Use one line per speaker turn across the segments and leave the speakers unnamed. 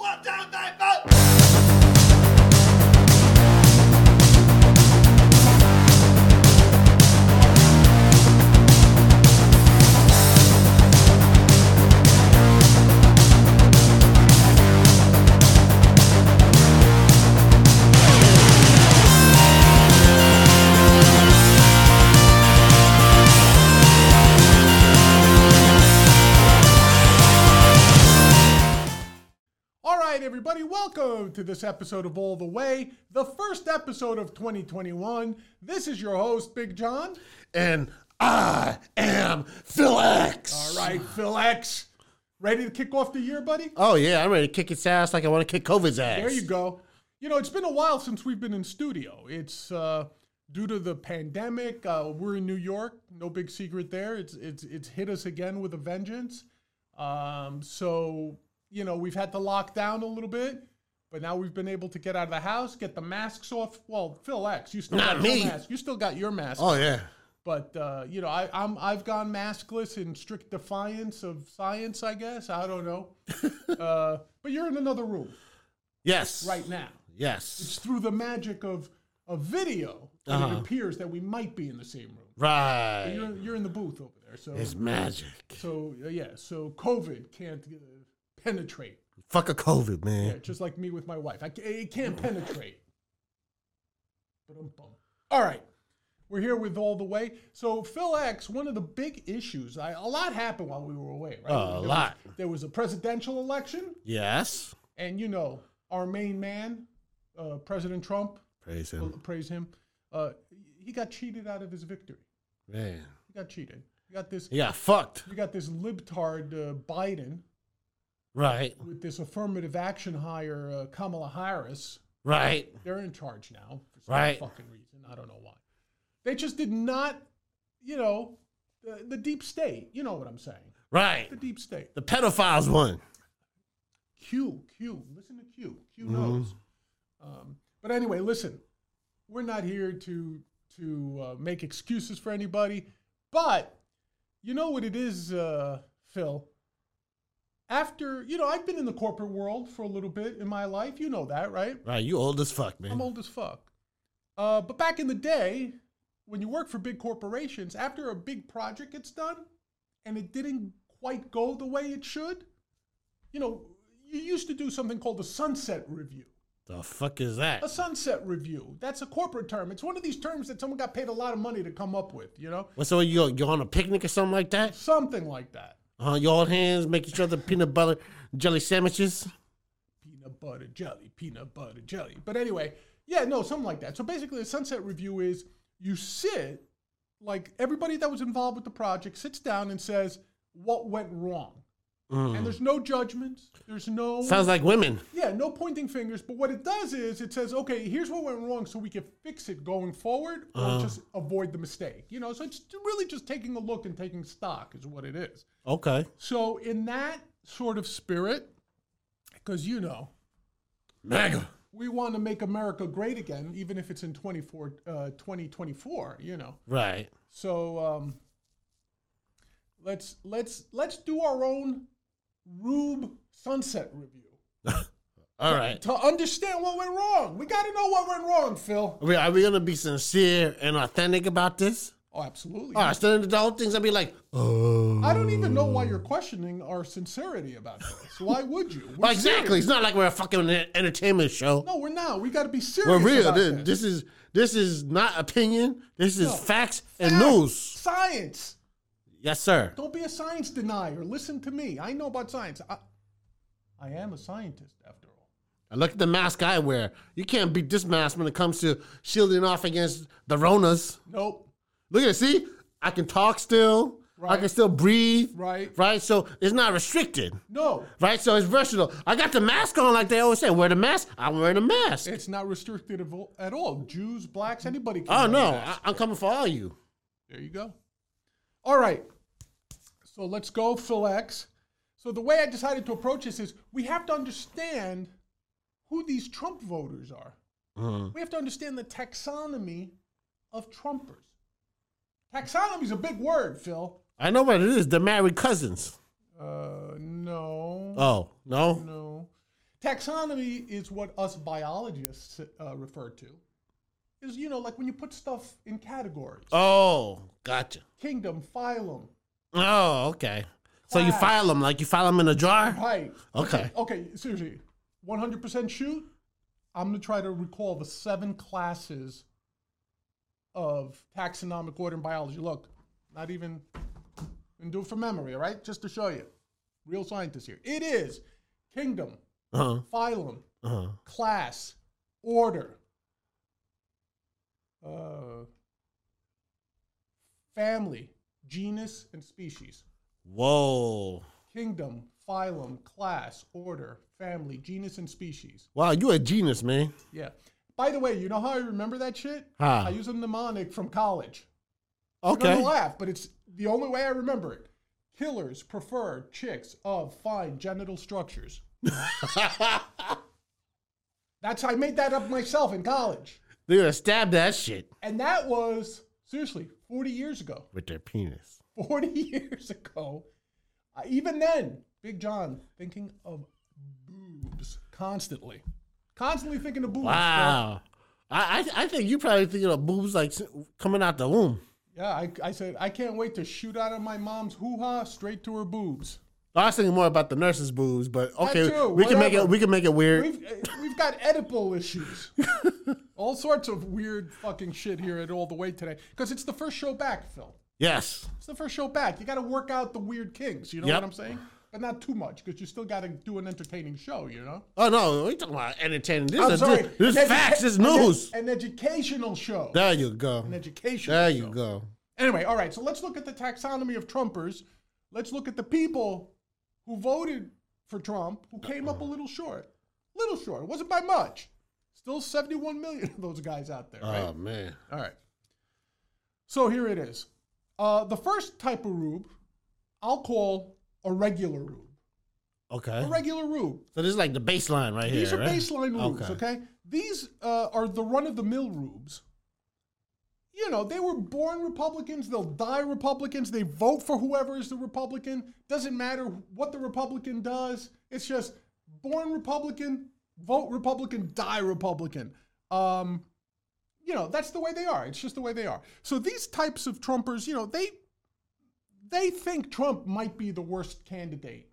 Shut down my boat!
All right, everybody, welcome to this episode of All the Way, the first episode of 2021. This is your host, Big John.
and I am Phil X.
All right, Phil X. Ready to kick off the year, buddy?
Oh yeah, I'm ready to kick its ass like I want to kick COVID's ass.
There you go. You know, it's been a while since we've been in studio. It's uh, due to the pandemic. Uh, we're in New York. No big secret there. It's it's it's hit us again with a vengeance. Um, so you know, we've had to lock down a little bit, but now we've been able to get out of the house, get the masks off. Well, Phil X, you still
Not
got
me.
your mask. You still got your mask.
Oh yeah.
But uh, you know, I, I'm I've gone maskless in strict defiance of science. I guess I don't know. uh, but you're in another room
Yes.
right now
Yes.
it's through the magic of a video that it appears that we might be in the same room.
Uh-huh. Right.
You're, you're in the booth over there, so
It's magic.
so uh, yeah, so COVID can't uh, penetrate.
Fuck a COVID, man.
Yeah, just like me with my wife, I, ca- it can't penetrate. Ba-dum-bum. All right, we're here with all the way. So Phil X, one of the big issues. I, a lot happened while we were away, right?
Oh, a
There was-
lot.
there was a presidential election,
Yes.
and you know our main man, uh, President Trump.
Praise
Well,
him,
praise him. Uh, he got cheated out of his victory.
man.
He got cheated. You got this.
He got fucked.
You got this libtard uh, Biden
Right.
with this affirmative action hire uh, Kamala Harris.
Right.
They're in charge now for some
Right.
fucking reason. I don't know why. They just did not, you know, the, the deep state. You know what I'm saying?
Right.
The deep state.
The pedophiles won.
Q, Q. Listen to Q. Q knows. Um, but anyway, listen, we're not here to to uh, make excuses for anybody, but you know what it is, uh, Phil. After you know, I've been in the corporate world for a little bit in my life. You know that, right?
Right. You old as fuck, man.
I'm old as fuck. Uh, but back in the day, when you work for big corporations, after a big project gets done and it didn't quite go the way it should, you know, you used to do something called a sunset review.
the fuck is that?
A sunset review. That's a corporate term. It's one of these terms that someone got paid a lot of money to come up with, you know?
What's so you you on a picnic or something like that?
Something like that.
Uh, you all hands make each other peanut butter jelly sandwiches.
peanut butter jelly, peanut butter jelly. But anyway, yeah, no, something like that. So basically, a sunset review is you sit, like everybody that was involved with the project sits down and says what went wrong. And there's no judgments. There's no
Sounds like women.
yeah, no pointing fingers. But what it does is it says, okay, here's what went wrong, so we can fix it going forward, or just avoid the mistake. You know, so it's really just taking a look and taking stock is what it is.
Okay.
So in that sort of spirit, because you know,
Mega.
we want to make America great again, even if it's in 24, uh, 2024, you know.
Right.
So um, let's let's let's do our own Rube Sunset review
All right.
to understand what went wrong. We got to know what went wrong, Phil.
Are we, are we gonna be sincere and authentic about this?
Oh, absolutely.
All right, so then the whole thing's gonna be like, oh,
I don't even know why you're questioning our sincerity about this. Why would you? We're
Well, exactly.
serious.
It's not like we're a fucking en- entertainment show.
No, we're not. We got to be serious.
we're real.
about
This, this is this is not opinion. This is
No.
facts and
Facts.
news.
Science.
Yes, sir.
Don't be a science denier. Listen to me. I know about science. I, I am a scientist, after all.
And look at the mask I wear. You can't beat this mask when it comes to shielding off against the Ronas.
Nope.
Look at it. See, I can talk still. I
Right.
can still breathe.
Right.
Right. So it's not restricted.
No,
Right. So it's versatile. I got the mask on, like they always say. Wear the mask. I'm wearing a mask.
it's not restricted of all- at all. Jews, blacks, anybody can.
Oh
wear
no,
masks.
I, I'm coming for all you.
There you go. All right. So let's go, Phil X. So the way I decided to approach this is we have to understand who these Trump voters are.
Uh-huh.
We have to understand the taxonomy of Trumpers. Taxonomy is a big word, Phil.
I know what it is. They're married cousins.
Uh, no.
Oh no,
No. Taxonomy is what us biologists uh, refer to. Is you know like when you put stuff in categories:
Oh, gotcha.
kingdom, phylum,
Oh, okay. So you
Class.
file them like you file them in a jar.
right?
Okay.
Okay, seriously, one hundred percent shoot. I'm gonna try to recall the seven classes of taxonomic order in biology. Look, not even and do it from memory, all right? Just to show you, real scientists here. It is kingdom,
Uh huh.
phylum,
Uh huh.
class, order, uh, family, genus, and species.
Whoa.
Kingdom, phylum, class, order, family, genus, and species.
Wow, you a genius, man.
Yeah. By the way, you know how I remember that shit?
Huh.
I use a mnemonic from college. You're
Okay.
gonna laugh, but it's the only way I remember it. Killers prefer chicks of fine genital structures. That's I made that up myself in college.
They're gonna stab that shit
And that was seriously 40 years ago.
with their penis.
40 years ago. Uh, even then, Big John thinking of boobs constantly. Constantly thinking of boobs. bro.
Wow. I, I I think you probably thinking of boobs like s- coming out the womb.
Yeah, I, I said, I can't wait to shoot out of my mom's hoo ha straight to her boobs.
I was thinking more about the nurse's boobs, but okay,
too,
we can make
whatever.
it we can make it weird.
We've, uh, we've got Oedipal issues. All sorts of weird fucking shit here at All the Way today. Because it's the first show back, Phil.
Yes.
It's the first show back. You got to work out the weird kinks. You know
Yep.
what I'm saying? But not too much because you still got to do an entertaining show, you know?
Oh no, we talking about entertaining. This
I'm
is
sorry.
this
An edu-
is facts. This is
an ed-
news.
An, educational show.
There you go.
an educational
There
show.
you go.
Anyway, all right. So let's look at the taxonomy of Trumpers. Let's look at the people who voted for Trump who came up a little short. Little short. It wasn't by much. Still 71 million of those guys out there. Right?
Oh man.
all right. So here it is. Uh, the first type of rube I'll call a regular rube.
Okay.
A regular rube.
So this is like the baseline right here.
These are
right?
baseline rubes, okay? These uh, are the run of the mill rubes. You know, they were born Republicans, they'll die Republicans, they vote for whoever is the Republican. Doesn't matter what the Republican does, it's just born Republican, vote Republican, die Republican. Um, you know, that's the way they are. It's just the way they are. So these types of Trumpers, you know, they they think Trump might be the worst candidate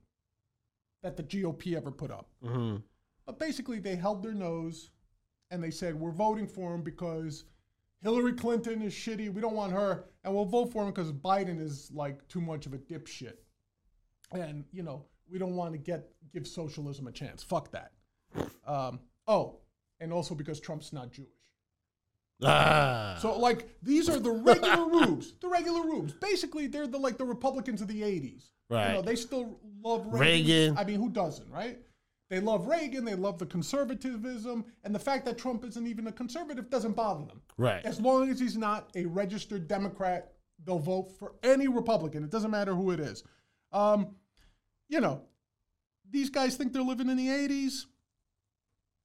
that the GOP ever put up.
Mhm.
But basically, they held their nose and they said, We're voting for him because Hillary Clinton is shitty. We don't want her. And we'll vote for him because Biden is like too much of a dipshit. And, you know, we don't want to get give socialism a chance. Fuck that. Um, oh, and also because Trump's not Jewish.
Ah.
So like these are the regular rubes, the regular rubes. Basically, they're the like the Republicans of the '80s. You know,
Right.
they still love
Reagan.
I mean, who doesn't, right? They love Reagan. They love the conservatism, and the fact that Trump isn't even a conservative doesn't bother them.
right.
As long as he's not a registered Democrat, they'll vote for any Republican. It doesn't matter who it is. Um, you know, these guys think they're living in the 80s.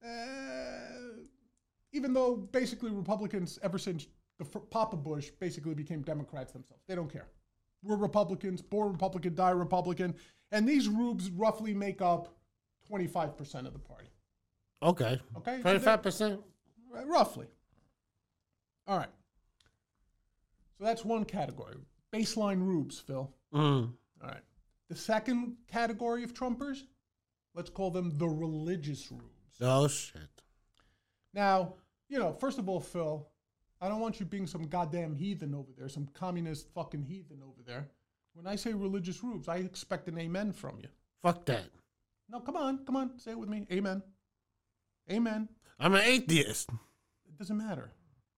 Uh, even though basically Republicans, ever since the fir- Papa Bush, basically became Democrats themselves. They don't care. We're Republicans, born Republican, die Republican. And these rubes roughly make up 25% of the party.
Okay.
Okay, so
Twenty five percent.
R- roughly. All right. So that's one category. Baseline rubes, Phil.
Mm.
All right. The second category of Trumpers, let's call them the religious rubes.
Oh shit.
Now, you know, first of all, Phil, I don't want you being some goddamn heathen over there, some communist fucking heathen over there. When I say religious rubes, I expect an amen from you.
Fuck that.
No, come on, come on, say it with me. Amen. Amen.
I'm an atheist.
It doesn't matter.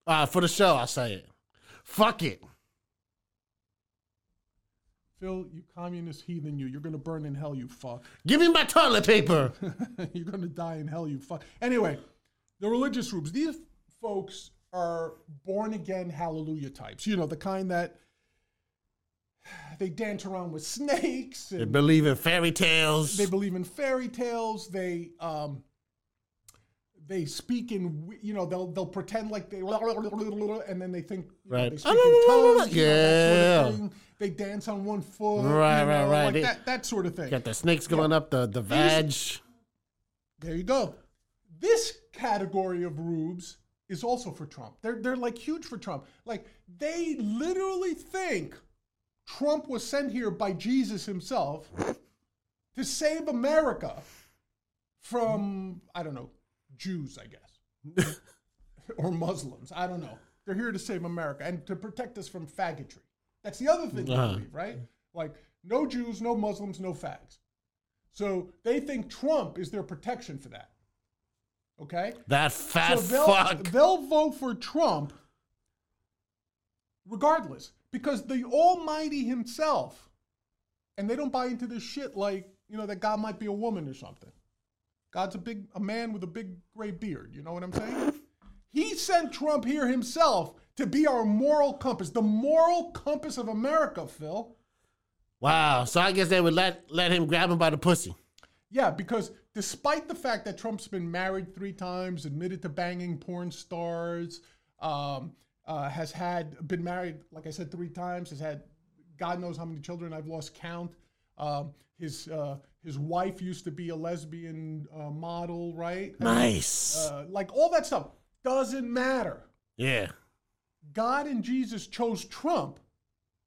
Uh, for the show, I'll say it. Fuck it.
Phil, you communist heathen, you. You're going to burn in hell, you fuck.
Give me my toilet paper.
You're going to die in hell, you fuck. Anyway, the religious groups, these folks are born again hallelujah types. You know, the kind that they dance around with snakes
they
and
believe in fairy tales.
they believe in fairy tales. They, um, they speak in, w- you know, they'll they'll pretend like they, and then they think, you know,
Right.
they speak in tongues, you know, that sort
Yeah.
of thing. They dance on one foot,
Right,
you
right,
know,
right.
like
They-
that, that sort of thing.
Got the snakes going up the the vag.
There you go. This category of rubes is also for Trump. They're they're like huge for Trump. Like they literally think Trump was sent here by Jesus himself to save America from I don't know Jews, I guess, or Muslims. I don't know. They're here to save America and to protect us from faggotry. That's the other thing they
Uh-huh.
believe, right? Like no Jews, no Muslims, no fags. So they think Trump is their protection for that. Okay?
That fat
so uh, they'll,
fuck.
they'll vote for Trump regardless because the Almighty Himself, and they don't buy into this shit like, you know, that God might be a woman or something. God's a big, a man with a big gray beard. You know what I'm saying? he sent Trump here himself to be our moral compass, the moral compass of America, Phil.
Wow. So I guess they would let let him grab him by the pussy.
Yeah, because despite the fact that Trump's been married three times, admitted to banging porn stars, um, uh, has had been married, like I said, three times, has had God knows how many children. I've lost count. Um, his uh, his wife used to be a lesbian uh, model, right?
Nice.
Uh, like all that stuff doesn't matter.
yeah.
God and Jesus chose Trump.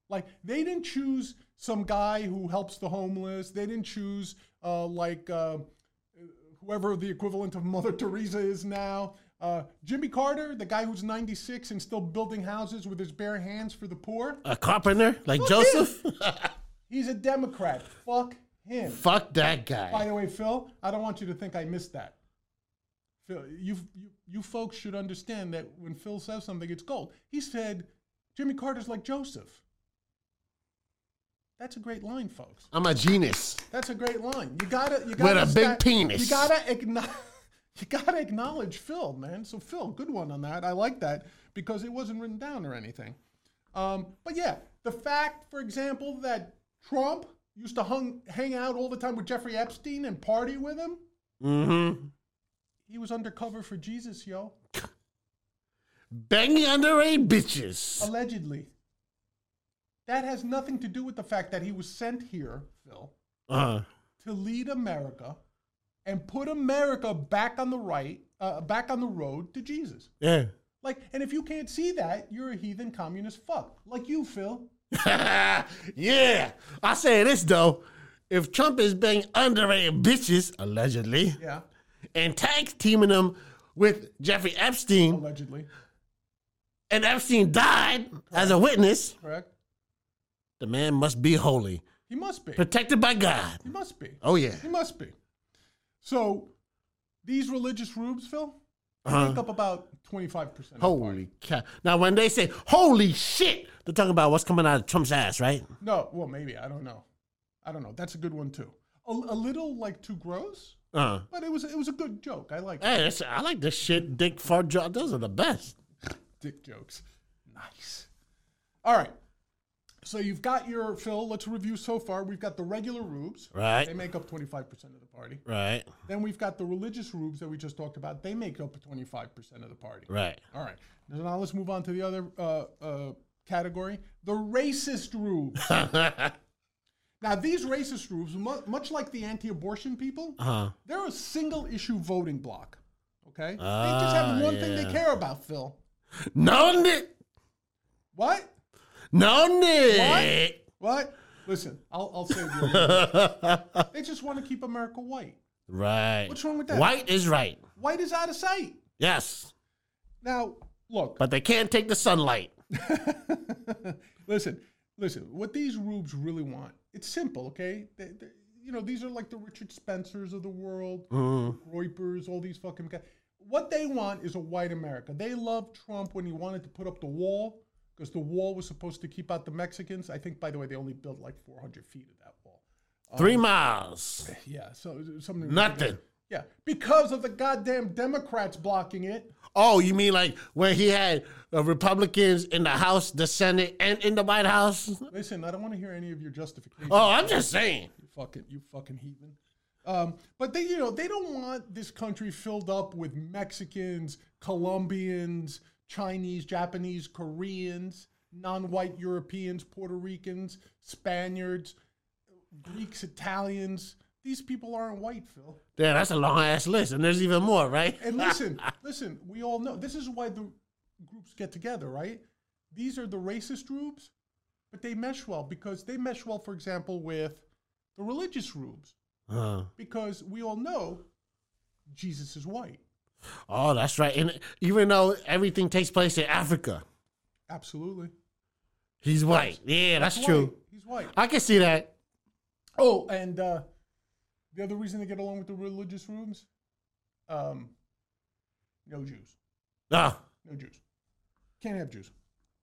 Like they didn't choose some guy who helps the homeless. They didn't choose uh, like uh, whoever the equivalent of Mother Teresa is now. Uh, Jimmy Carter, the guy who's 96 and still building houses with his bare hands for the poor,
A carpenter like
Fuck
Joseph.
he's a Democrat. Fuck him.
Fuck that
By
guy.
the way, Phil, I don't want you to think I missed that. Phil, you, you, you folks should understand that when Phil says something, it's gold. He said, Jimmy Carter's like Joseph. That's a great line, folks.
I'm a genius.
That's a great line. You gotta, you gotta
a big penis.
You gotta acknowledge, you gotta acknowledge Phil, man. So Phil, good one on that. I like that because it wasn't written down or anything. Um, but yeah, the fact, for example, that Trump used to hung, hang out all the time with Jeffrey Epstein and party with him.
Mm-hmm.
He was undercover for Jesus, yo.
Banging underage
Um,
bitches.
Allegedly. That has nothing to do with the fact that he was sent here, Phil,
Uh,
to lead America and put America back on the right, uh, back on the road to Jesus.
yeah.
Like, and if you can't see that, you're a heathen communist fuck, like you, Phil.
yeah. I say this though. If Trump is banging underage bitches, allegedly,
Yeah,
and tag teaming them with Jeffrey Epstein,
allegedly,
and Epstein died as a witness,
correct?
the man must be holy,
He must be.
protected by God.
He must be.
Oh yeah.
He must be. So, these religious rubes, Phil, make
Uh-huh.
up about 25%. of the party.
Holy cow. Now when they say holy shit, they're talking about what's coming out of Trump's ass, right?
No, well, maybe. I don't know. I don't know. That's a good one, too. A, a little, like, too gross,
Uh.
but it was, it was a good joke. I like
Hey, that's, I like this shit. Dick fart job. Those are the best.
dick jokes. Nice. All right. So you've got your Phil. Let's review so far. We've got the regular rubes.
Right.
They make up 25% of the party.
Right.
Then we've got the religious rubes that we just talked about. They make up 25% of the party.
Right.
All right. So now let's move on to the other uh, uh, category the racist rubes.
Uh-huh.
now, these racist rubes, mu- much like the anti abortion people,
Uh-huh.
they're a single issue voting block. Okay? they just have
Ah,
one thing they
yeah.
care about, Phil.
No Nick.
What?
No Nick.
What? Listen, I'll, I'll save you. they just want to keep America white.
right.
What's wrong with that?
White is right.
White is out of sight.
Yes.
Now, look,
But they can't take the sunlight.
listen, listen. What these rubes really want, it's simple, okay? They, they, you know, these are like the Richard Spencers of the world, Reupers, all these fucking guys. What they want is a white America. They love Trump when he wanted to put up the wall because the wall was supposed to keep out the Mexicans. I think, by the way, they only built like 400 feet of that wall.
Three miles.
Yeah, so something.
Nothing.
Yeah, because of the goddamn Democrats blocking it.
Oh, you mean like when he had uh, Republicans in the House, the Senate, and in the White House?
Listen, I don't want to hear any of your justification.
Oh, I'm just saying.
You fucking, you fucking heathen. Um, but they, you know, they don't want this country filled up with Mexicans, Colombians, Chinese, Japanese, Koreans, non-white Europeans, Puerto Ricans, Spaniards, Greeks, Italians, These people aren't white, Phil.
Damn, that's a long ass list, and there's even more, right?
And listen, listen, we all know this is why the groups get together, right? These are the racist groups, but they mesh well because they mesh well, for example, with the religious groups
Uh,
because we all know Jesus is white.
oh, that's right. And even though everything takes place in Africa,
Absolutely.
he's white. Yeah, that's
He's
true.
white. He's white.
I can see that.
Oh, and uh, the other reason they get along with the religious rooms, um, no Jews,
Oh,
no Jews, can't have Jews.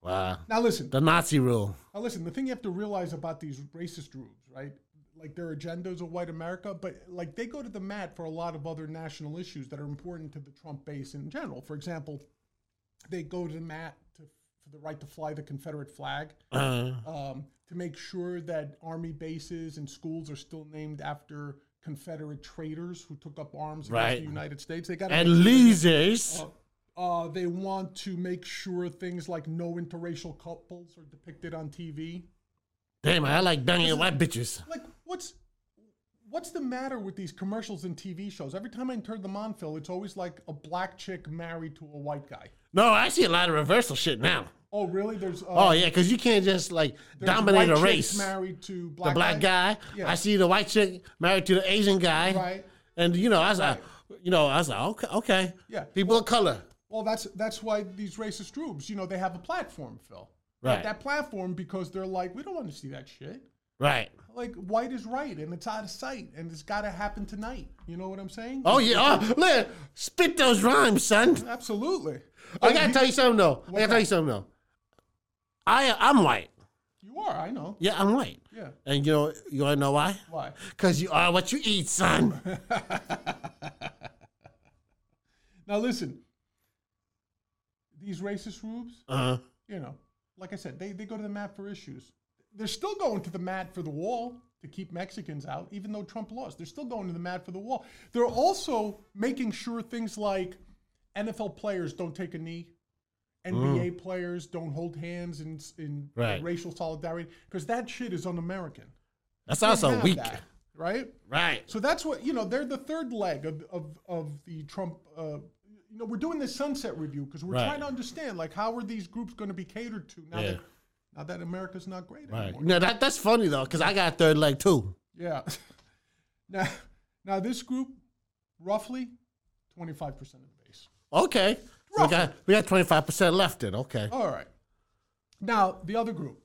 wow.
Now listen,
The Nazi rule.
now listen. The thing you have to realize about these racist rooms, right? Like their agendas of white America, but like they go to the mat for a lot of other national issues that are important to the Trump base in general. For example, they go to the mat to, for the right to fly the Confederate flag.
Uh,
um, to make sure that army bases and schools are still named after Confederate traitors who took up arms
Right.
against the United States. They got
and losers.
Uh, uh, they want to make sure things like no interracial couples are depicted on TV.
Damn, I like banging white bitches.
Like, what's what's the matter with these commercials and TV shows? Every time I turn them on, Phil, it's always like a black chick married to a white guy.
No, I see a lot of reversal shit now.
Oh, really? There's uh,
Oh yeah, because you can't just like
there's
dominate a
white
race.
chicks married to black
the black
guys.
guy.
Yeah.
I see the white chick married to the Asian guy.
Right.
And you know, I was like, you know, I was like, okay, okay.
Yeah.
People of color.
Well, that's that's why these racist groups, you know, they have a platform, Phil.
Right.
That platform because they're like, we don't want to see that shit.
Right.
Like white is right, and it's out of sight, and it's got to happen tonight. You know what I'm saying?
Oh yeah. Oh, look, spit those rhymes, son.
absolutely.
I gotta tell you something though. I gotta tell you something though. I I'm white.
You are. I know.
Yeah, I'm white.
Yeah.
And you know, you wanna know why?
Why?
Cause you are what you eat, son.
Now listen. These racist groups,
Uh,
you know, like I said, they, they go to the mat for issues. They're still going to the mat for the wall to keep Mexicans out, even though Trump lost. They're still going to the mat for the wall. They're also making sure things like NFL players don't take a knee, NBA players don't hold hands in, in
Mm. Right.
racial solidarity, because that shit is un American.
that's also weak.
right?
Right.
So that's what, you know, they're the third leg of, of, of the Trump. Uh, you know, we're doing this sunset review because we're
Right.
trying to understand, like, how are these groups going to be catered to now,
Yeah.
that, now that America's not great
Right.
anymore?
No, that that's funny though, cause I got a third leg too.
Yeah. now, now, this group, roughly 25% of the base.
Okay. We got we got twenty five percent left then. Okay.
All right. Now, the other group.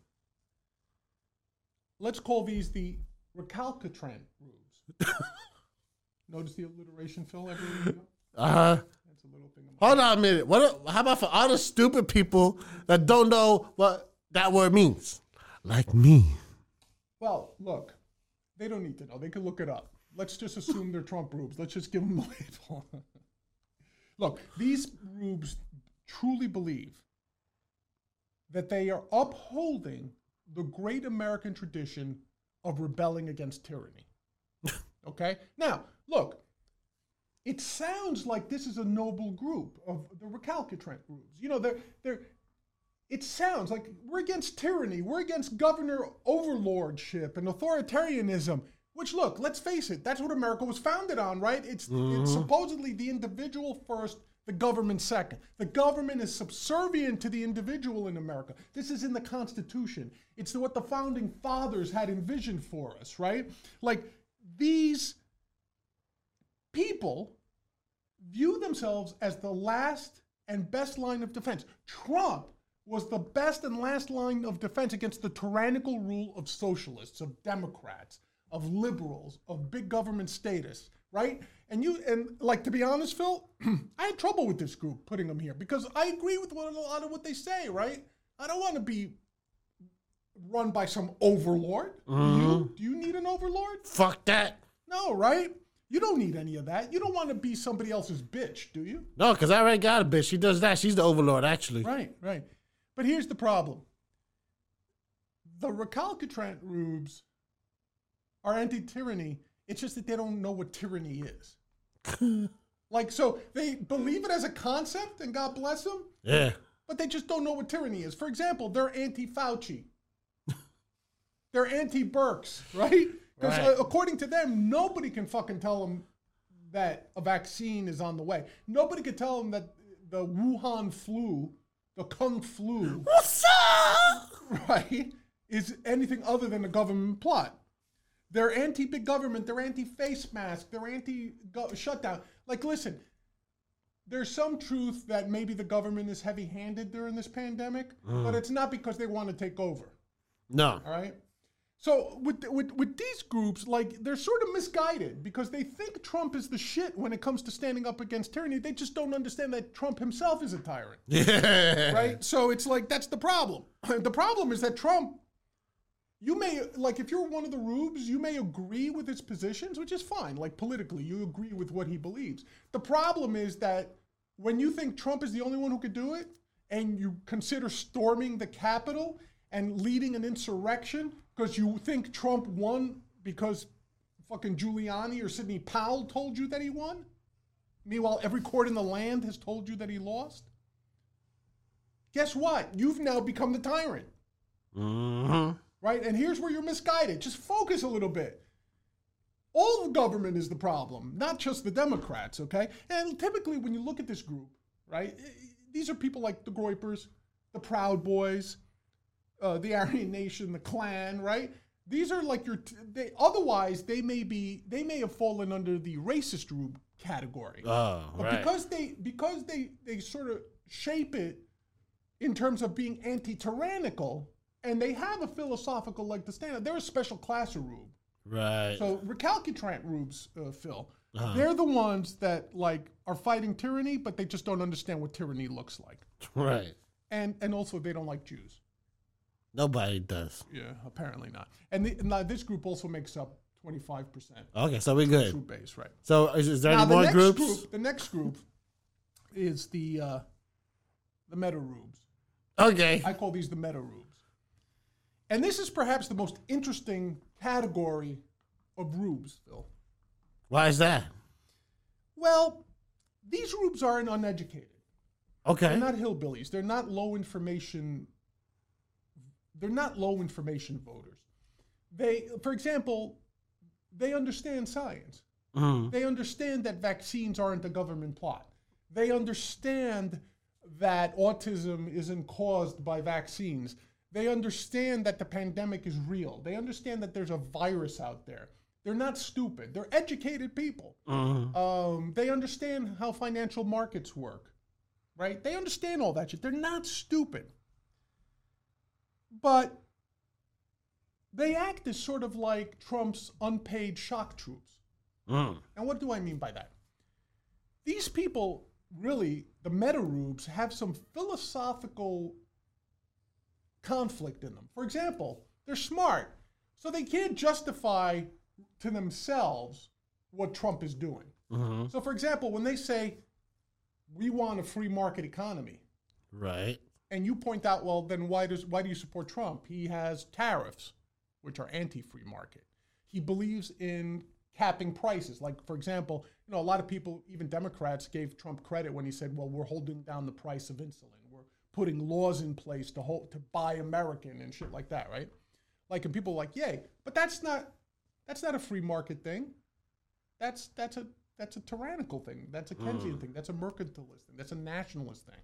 Let's call these the recalcitrant groups. Notice the alliteration, Phil, everywhere you go?
Uh huh.
That's a little thing. I'm-
Hold on a minute. What? How about for all the stupid people that don't know what that word means, like me?
Well, look, they don't need to know. They can look it up. Let's just assume they're Trump rubes. Let's just give them the label. look, these rubes truly believe that they are upholding the great American tradition of rebelling against tyranny. Okay? Now, look, it sounds like this is a noble group of the recalcitrant groups. You know, they're they're it sounds like we're against tyranny, we're against governor overlordship and authoritarianism. Which look, let's face it, that's what America was founded on, right? It's, it's supposedly the individual first, the government second. The government is subservient to the individual in America. This is in the Constitution. It's what the founding fathers had envisioned for us, right? Like these people view themselves as the last and best line of defense. Trump was the best and last line of defense against the tyrannical rule of socialists, of Democrats, of liberals, of big government status, right? And you and like to be honest, Phil, I had trouble with this group putting them here because I agree with what, a lot of what they say, right? I don't want to be run by some overlord. Do you? Do you need an overlord?
Fuck that.
No, right? You don't need any of that. You don't want to be somebody else's bitch, do you?
No, cause I already got a bitch. She does that. She's the overlord, actually.
Right, right. But here's the problem the recalcitrant rubes are anti tyranny. It's just that they don't know what tyranny is. like, so they believe it as a concept, and God bless them,
Yeah.
but they just don't know what tyranny is. For example, they're anti Fauci, they're anti Burks, right? Because
Right.
according to them, nobody can fucking tell them that a vaccine is on the way. Nobody could tell them that the Wuhan flu, the Kung flu,
What's up?
right, is anything other than a government plot. They're anti big government, they're anti face mask, they're anti shutdown. Like, listen, there's some truth that maybe the government is heavy handed during this pandemic, but it's not because they want to take over.
No.
All right. So with, with with these groups, like they're sort of misguided because they think Trump is the shit when it comes to standing up against tyranny. They just don't understand that Trump himself is a tyrant,
Yeah.
right? So it's like that's the problem. the problem is that Trump, you may like if you're one of the rubes, you may agree with his positions, which is fine. Like politically, you agree with what he believes. The problem is that when you think Trump is the only one who could do it, and you consider storming the Capitol and leading an insurrection because you think Trump won because fucking Giuliani or Sidney Powell told you that he won, meanwhile every court in the land has told you that he lost. Guess what? You've now become the tyrant
hmm
right? And here's where you're misguided. Just focus a little bit. All the government is the problem, not just the Democrats, okay? And typically, when you look at this group, right, i- i- these are people like the Groypers, the Proud Boys, uh, the Aryan Nation, the Klan, right? These are like your. T- they otherwise they may be they may have fallen under the racist group category.
Oh,
But
right.
because they because they they sort of shape it in terms of being anti-tyrannical, and they have a philosophical like to stand. They're a special class of rube.
right.
So recalcitrant rubes, uh, Phil.
Uh-huh.
They're the ones that like are fighting tyranny, but they just don't understand what tyranny looks like,
right.
and and also they don't like Jews.
Nobody does.
Yeah, apparently not. And, the, and now this group also makes up twenty five percent
Okay, so we're good.
troop base, right?
So is, is there
Now
any
the
more
next
groups?
group, the next group, is the uh, the meta rubes.
Okay.
I call these the meta rubes. And this is perhaps the most interesting category of rubes, Phil.
Why is that?
Well, these rubes aren't uneducated. They're
Okay.
not hillbillies. They're not low information. They're not low information voters. They, for example, they understand science.
Mhm.
They understand that vaccines aren't a government plot. They understand that autism isn't caused by vaccines. They understand that the pandemic is real. They understand that there's a virus out there. They're not stupid. They're educated people.
Mhm.
Um, they understand how financial markets work, right? They understand all that shit. They're not stupid. But they act as sort of like Trump's unpaid shock troops.
Mm.
And what do I mean by that? These people, really, the meta rubes, have some philosophical conflict in them. For example, they're smart, so they can't justify to themselves what Trump is doing.
Mhm.
So, for example, when they say, we want a free market economy,
Right.
and you point out, well, then why does why do you support Trump? He has tariffs, which are anti-free market. He believes in capping prices. Like for example, you know, a lot of people, even Democrats, gave Trump credit when he said, "Well, we're holding down the price of insulin. We're putting laws in place to hold, to buy American and shit like that." Right? Like, and people are like, "Yay!" But that's not that's not a free market thing. That's that's a that's a tyrannical thing. That's a Keynesian thing. That's a mercantilist thing. That's a nationalist thing.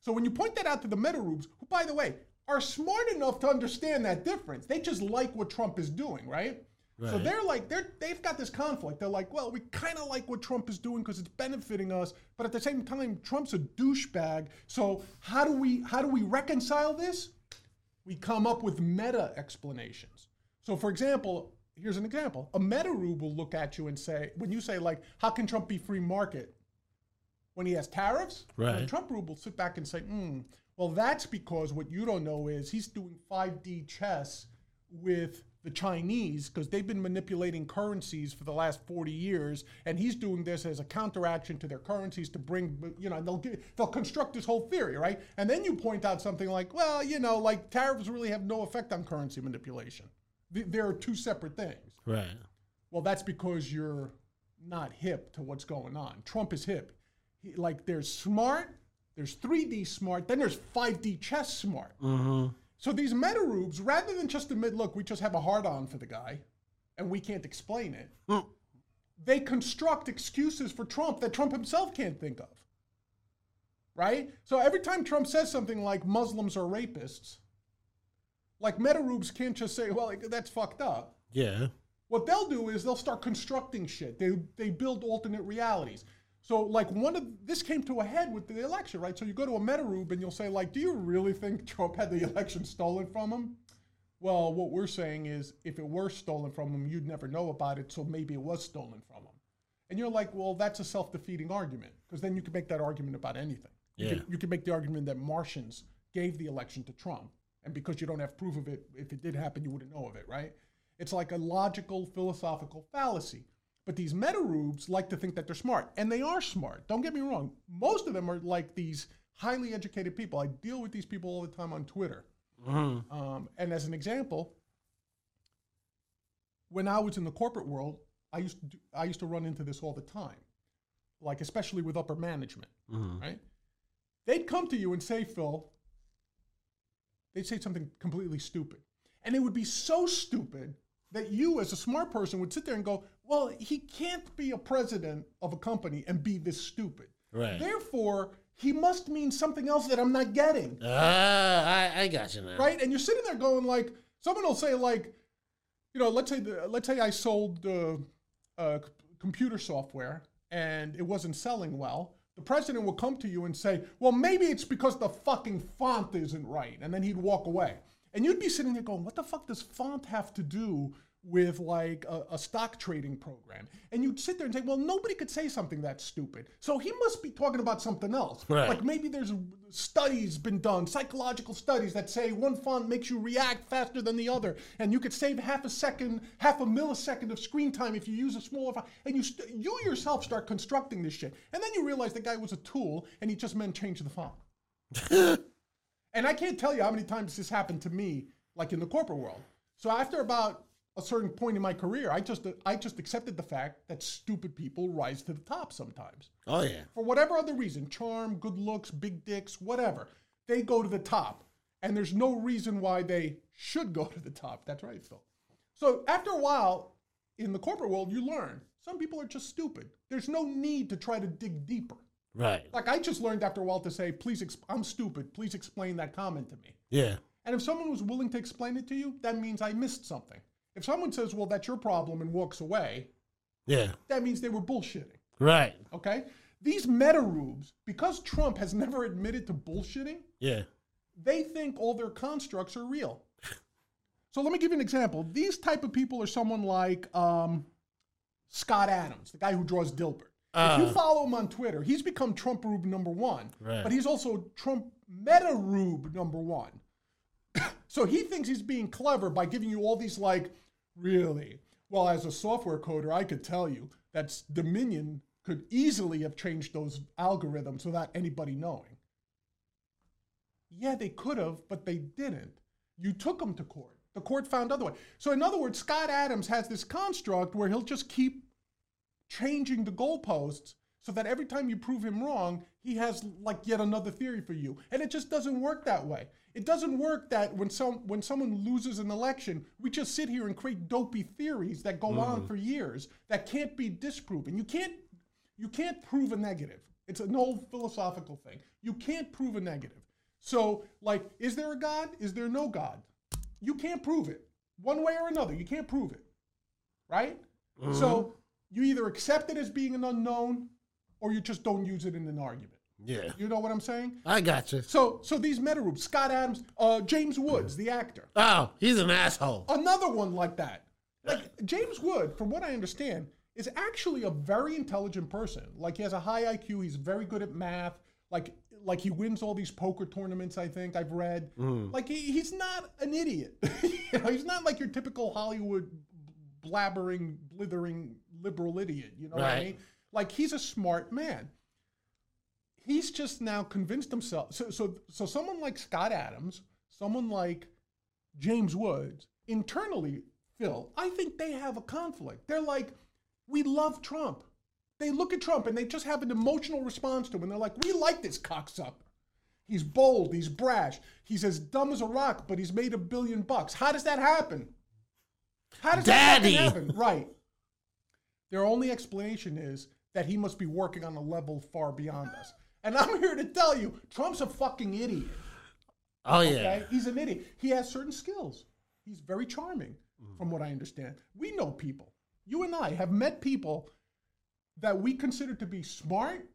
So when you point that out to the meta rubes, who by the way are smart enough to understand that difference, they just like what Trump is doing, right? So
Right.
they're like they're they've got this conflict. They're like, well, we kind of like what Trump is doing because it's benefiting us, but at the same time, Trump's a douchebag. So how do we how do we reconcile this? we come up with meta explanations. So, for example, here's an example: a meta rube will look at you and say, when you say like, "How can Trump be free market?" when he has tariffs,
Right.
the Trump rube will sit back and say, "Hmm, well, that's because what you don't know is he's doing 5D chess with." The Chinese, because they've been manipulating currencies for the last 40 years, and he's doing this as a counteraction to their currencies to bring, you know, and they'll get, they'll construct this whole theory, right? And then you point out something like, well, you know, like tariffs really have no effect on currency manipulation. Th- There are two separate things.
Right.
Well, that's because you're not hip to what's going on. Trump is hip. He, like there's smart, there's 3D smart, then there's 5D chess smart.
Mm-hmm.
So these meta rubes, rather than just admit, look, we just have a hard on for the guy, and we can't explain it,
Mm.
they construct excuses for Trump that Trump himself can't think of. Right? So every time Trump says something like Muslims are rapists, like Metarubes can't just say, well, like, that's fucked up.
Yeah.
What they'll do is they'll start constructing shit. They they build alternate realities. So like one of this came to a head with the election, right? So you go to a Metarube and you'll say like, do you really think Trump had the election stolen from him? Well, what we're saying is if it were stolen from him, you'd never know about it, so maybe it was stolen from him. And you're like, well, that's a self-defeating argument because then you can make that argument about anything. You,
Yeah.
can, you can make the argument that Martians gave the election to Trump, and because you don't have proof of it, if it did happen, you wouldn't know of it, right? It's like a logical philosophical fallacy. But these meta rubes like to think that they're smart, and they are smart. Don't get me wrong. Most of them are like these highly educated people. I deal with these people all the time on Twitter.
Mm-hmm.
Um, and as an example, when I was in the corporate world, I used to do, I used to run into this all the time, like especially with upper management, right? They'd come to you and say, Phil, they'd say something completely stupid, and it would be so stupid that you, as a smart person, would sit there and go, "Well, he can't be a president of a company and be this stupid.
Right.
Therefore, he must mean something else that I'm not getting."
Ah, I, I got you now.
right? And you're sitting there going like, someone will say like, you know, let's say the, let's say I sold uh, uh, c- computer software and it wasn't selling well. The president will come to you and say, well, maybe it's because the fucking font isn't right, and then he'd walk away. And you'd be sitting there going, what the fuck does font have to do? With like a, a stock trading program, and you'd sit there and say, "Well, nobody could say something that stupid, so he must be talking about something else."
Right.
Like maybe there's studies been done, psychological studies that say one font makes you react faster than the other, and you could save half a second, half a millisecond of screen time if you use a smaller font. And you st- you yourself start constructing this shit, and then you realize the guy was a tool, and he just meant change the font. and I can't tell you how many times this happened to me, like in the corporate world. So after about a certain point in my career, I just I just accepted the fact that stupid people rise to the top sometimes
Oh yeah.
for whatever other reason charm, good looks, big dicks, whatever they go to the top. And there's no reason why they should go to the top. That's right, Phil. So after a while in the corporate world, you learn some people are just stupid. There's no need to try to dig deeper.
Right.
Like I just learned after a while to say, please, exp- I'm stupid. Please explain that comment to me.
Yeah.
And if someone was willing to explain it to you, that means I missed something. If someone says, well, that's your problem and walks away,
Yeah.
that means they were bullshitting
Right.
okay? These meta rubes, because Trump has never admitted to bullshitting,
Yeah.
they think all their constructs are real. So let me give you an example. These type of people are someone like um, Scott Adams, the guy who draws Dilbert. if
Ah.
you follow him on Twitter, he's become Trump Rube number one,
Right.
but he's also Trump meta rube number one. so he thinks he's being clever by giving you all these like, really? Well, as a software coder, I could tell you that Dominion could easily have changed those algorithms without anybody knowing. Yeah, they could have, but they didn't. You took them to court. The court found otherwise. So, in other words, Scott Adams has this construct where he'll just keep changing the goalposts so that every time you prove him wrong, he has like yet another theory for you. And it just doesn't work that way. It doesn't work that when some when someone loses an election, we just sit here and create dopey theories that go on for years that can't be disproven. You can't you can't prove a negative. It's an old philosophical thing. You can't prove a negative. So, like, is there a God? Is there no God? You can't prove it. One way or another, you can't prove it. Right? So, you either accept it as being an unknown or you just don't use it in an argument.
Yeah.
You know what I'm saying?
I got you.
So, so these meta groups, Scott Adams, uh, James Woods, the actor,
Oh, he's an asshole.
another one like that. Like James Wood, from what I understand, is actually a very intelligent person. Like he has a high IQ. He's very good at math. Like like he wins all these poker tournaments. I think I've read. Like he, he's not an idiot. you know, he's not like your typical Hollywood blabbering, blithering liberal idiot. You know what I
Right.
mean? Like he's a smart man. He's just now convinced himself. So so so someone like Scott Adams, someone like James Woods internally, Phil, I think they have a conflict. They're like, we love Trump. They look at Trump and they just have an emotional response to him. And they're like, we like this cocksucker. He's bold, he's brash, he's as dumb as a rock, but he's made a billion bucks. How does that happen? How does that fucking
Daddy.
happen? Right. Their only explanation is that he must be working on a level far beyond us. And I'm here to tell you, Trump's a fucking idiot.
Oh yeah.
Okay? He's an idiot. He has certain skills. He's very charming, from what I understand. We know people. You and I have met people that we consider to be smart,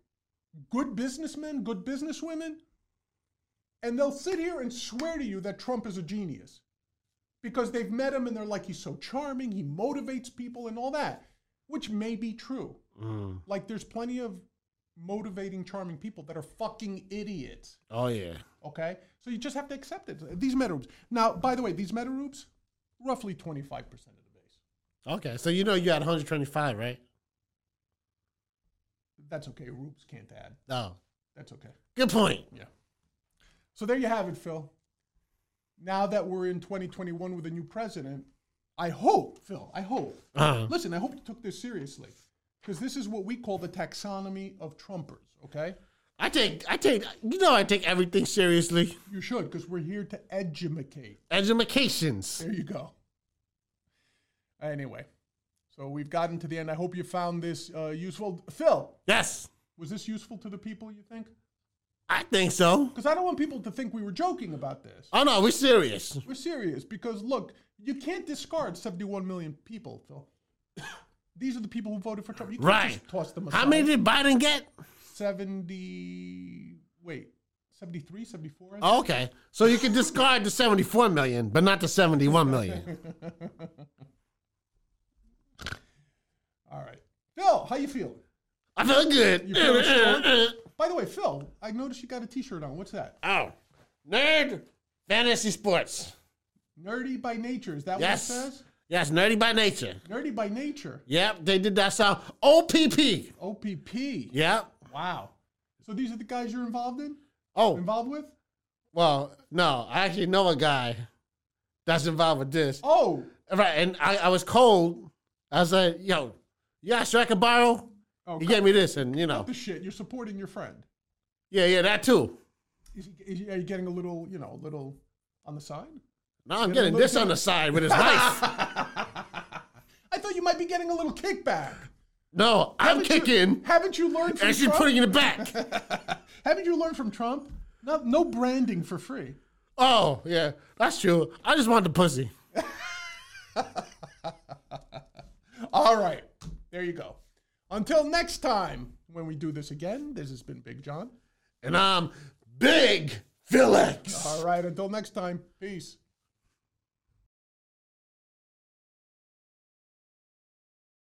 good businessmen, good businesswomen, and they'll sit here and swear to you that Trump is a genius because they've met him and they're like, he's so charming, he motivates people, and all that, which may be true.
Mm.
Like, there's plenty of motivating, charming people that are fucking idiots.
Oh yeah.
Okay, so you just have to accept it. These meta rubes. Now, by the way, these meta rubes, roughly twenty five percent of the base.
Okay, so you know you got 125, right?
That's okay. Rubes can't add.
Oh,
That's okay.
good point.
Yeah. So there you have it, Phil. Now that we're in twenty twenty one with a new president, I hope, Phil. I hope.
Uh,
Listen, I hope you took this seriously, because this is what we call the taxonomy of Trumpers. Okay,
I take, I take, you know, I take everything seriously.
you should, because we're here to edumacate.
Edumacations.
There you go. Anyway, so we've gotten to the end. I hope you found this uh, useful. Phil,
Yes,
was this useful to the people, you think?
I think so.
Because I don't want people to think we were joking about this.
Oh no, we're serious.
We're serious because, look, you can't discard 71 million people, Phil. These are the people who voted for Trump. You can't
Right.
just toss them aside.
How many did Biden get?
70. Wait, 73, 74? I think?
Oh, okay, so you can discard the 74 million, but not the 71 million.
All right. Phil, how you feeling?
I feel good.
You feel restored? By the way, Phil, I noticed you got a t shirt on. What's that?
oh, nerd fantasy sports.
Nerdy by nature. Is that
Yes,
what it says?
yes, nerdy by nature.
Nerdy by nature.
Yep, they did that sound. OPP.
OPP.
Yep.
Wow. So these are the guys you're involved in?
Oh,
Involved with?
Well, no, I actually know a guy that's involved with this.
Oh,
Right, and I, I was cold. I was like, yo, yeah, sure I can borrow.
oh
He
cut
gave me this, and you know,
the shit. You're supporting your friend.
yeah, yeah, that too.
Is he, is he- are you getting a little, you know, a little on the side?
Now I'm getting this on the side with his wife.
I thought you might be getting a little kickback.
No, I'm
Haven't you-
kicking,
haven't you learned from
and she's
Trump?
putting it back.
haven't you learned from Trump? No, no branding for free.
Oh, yeah, that's true. I just want the pussy.
All right. There you go. Until next time, when we do this again, this has been Big John.
And I'm big Felix.
All right. Until next time, peace.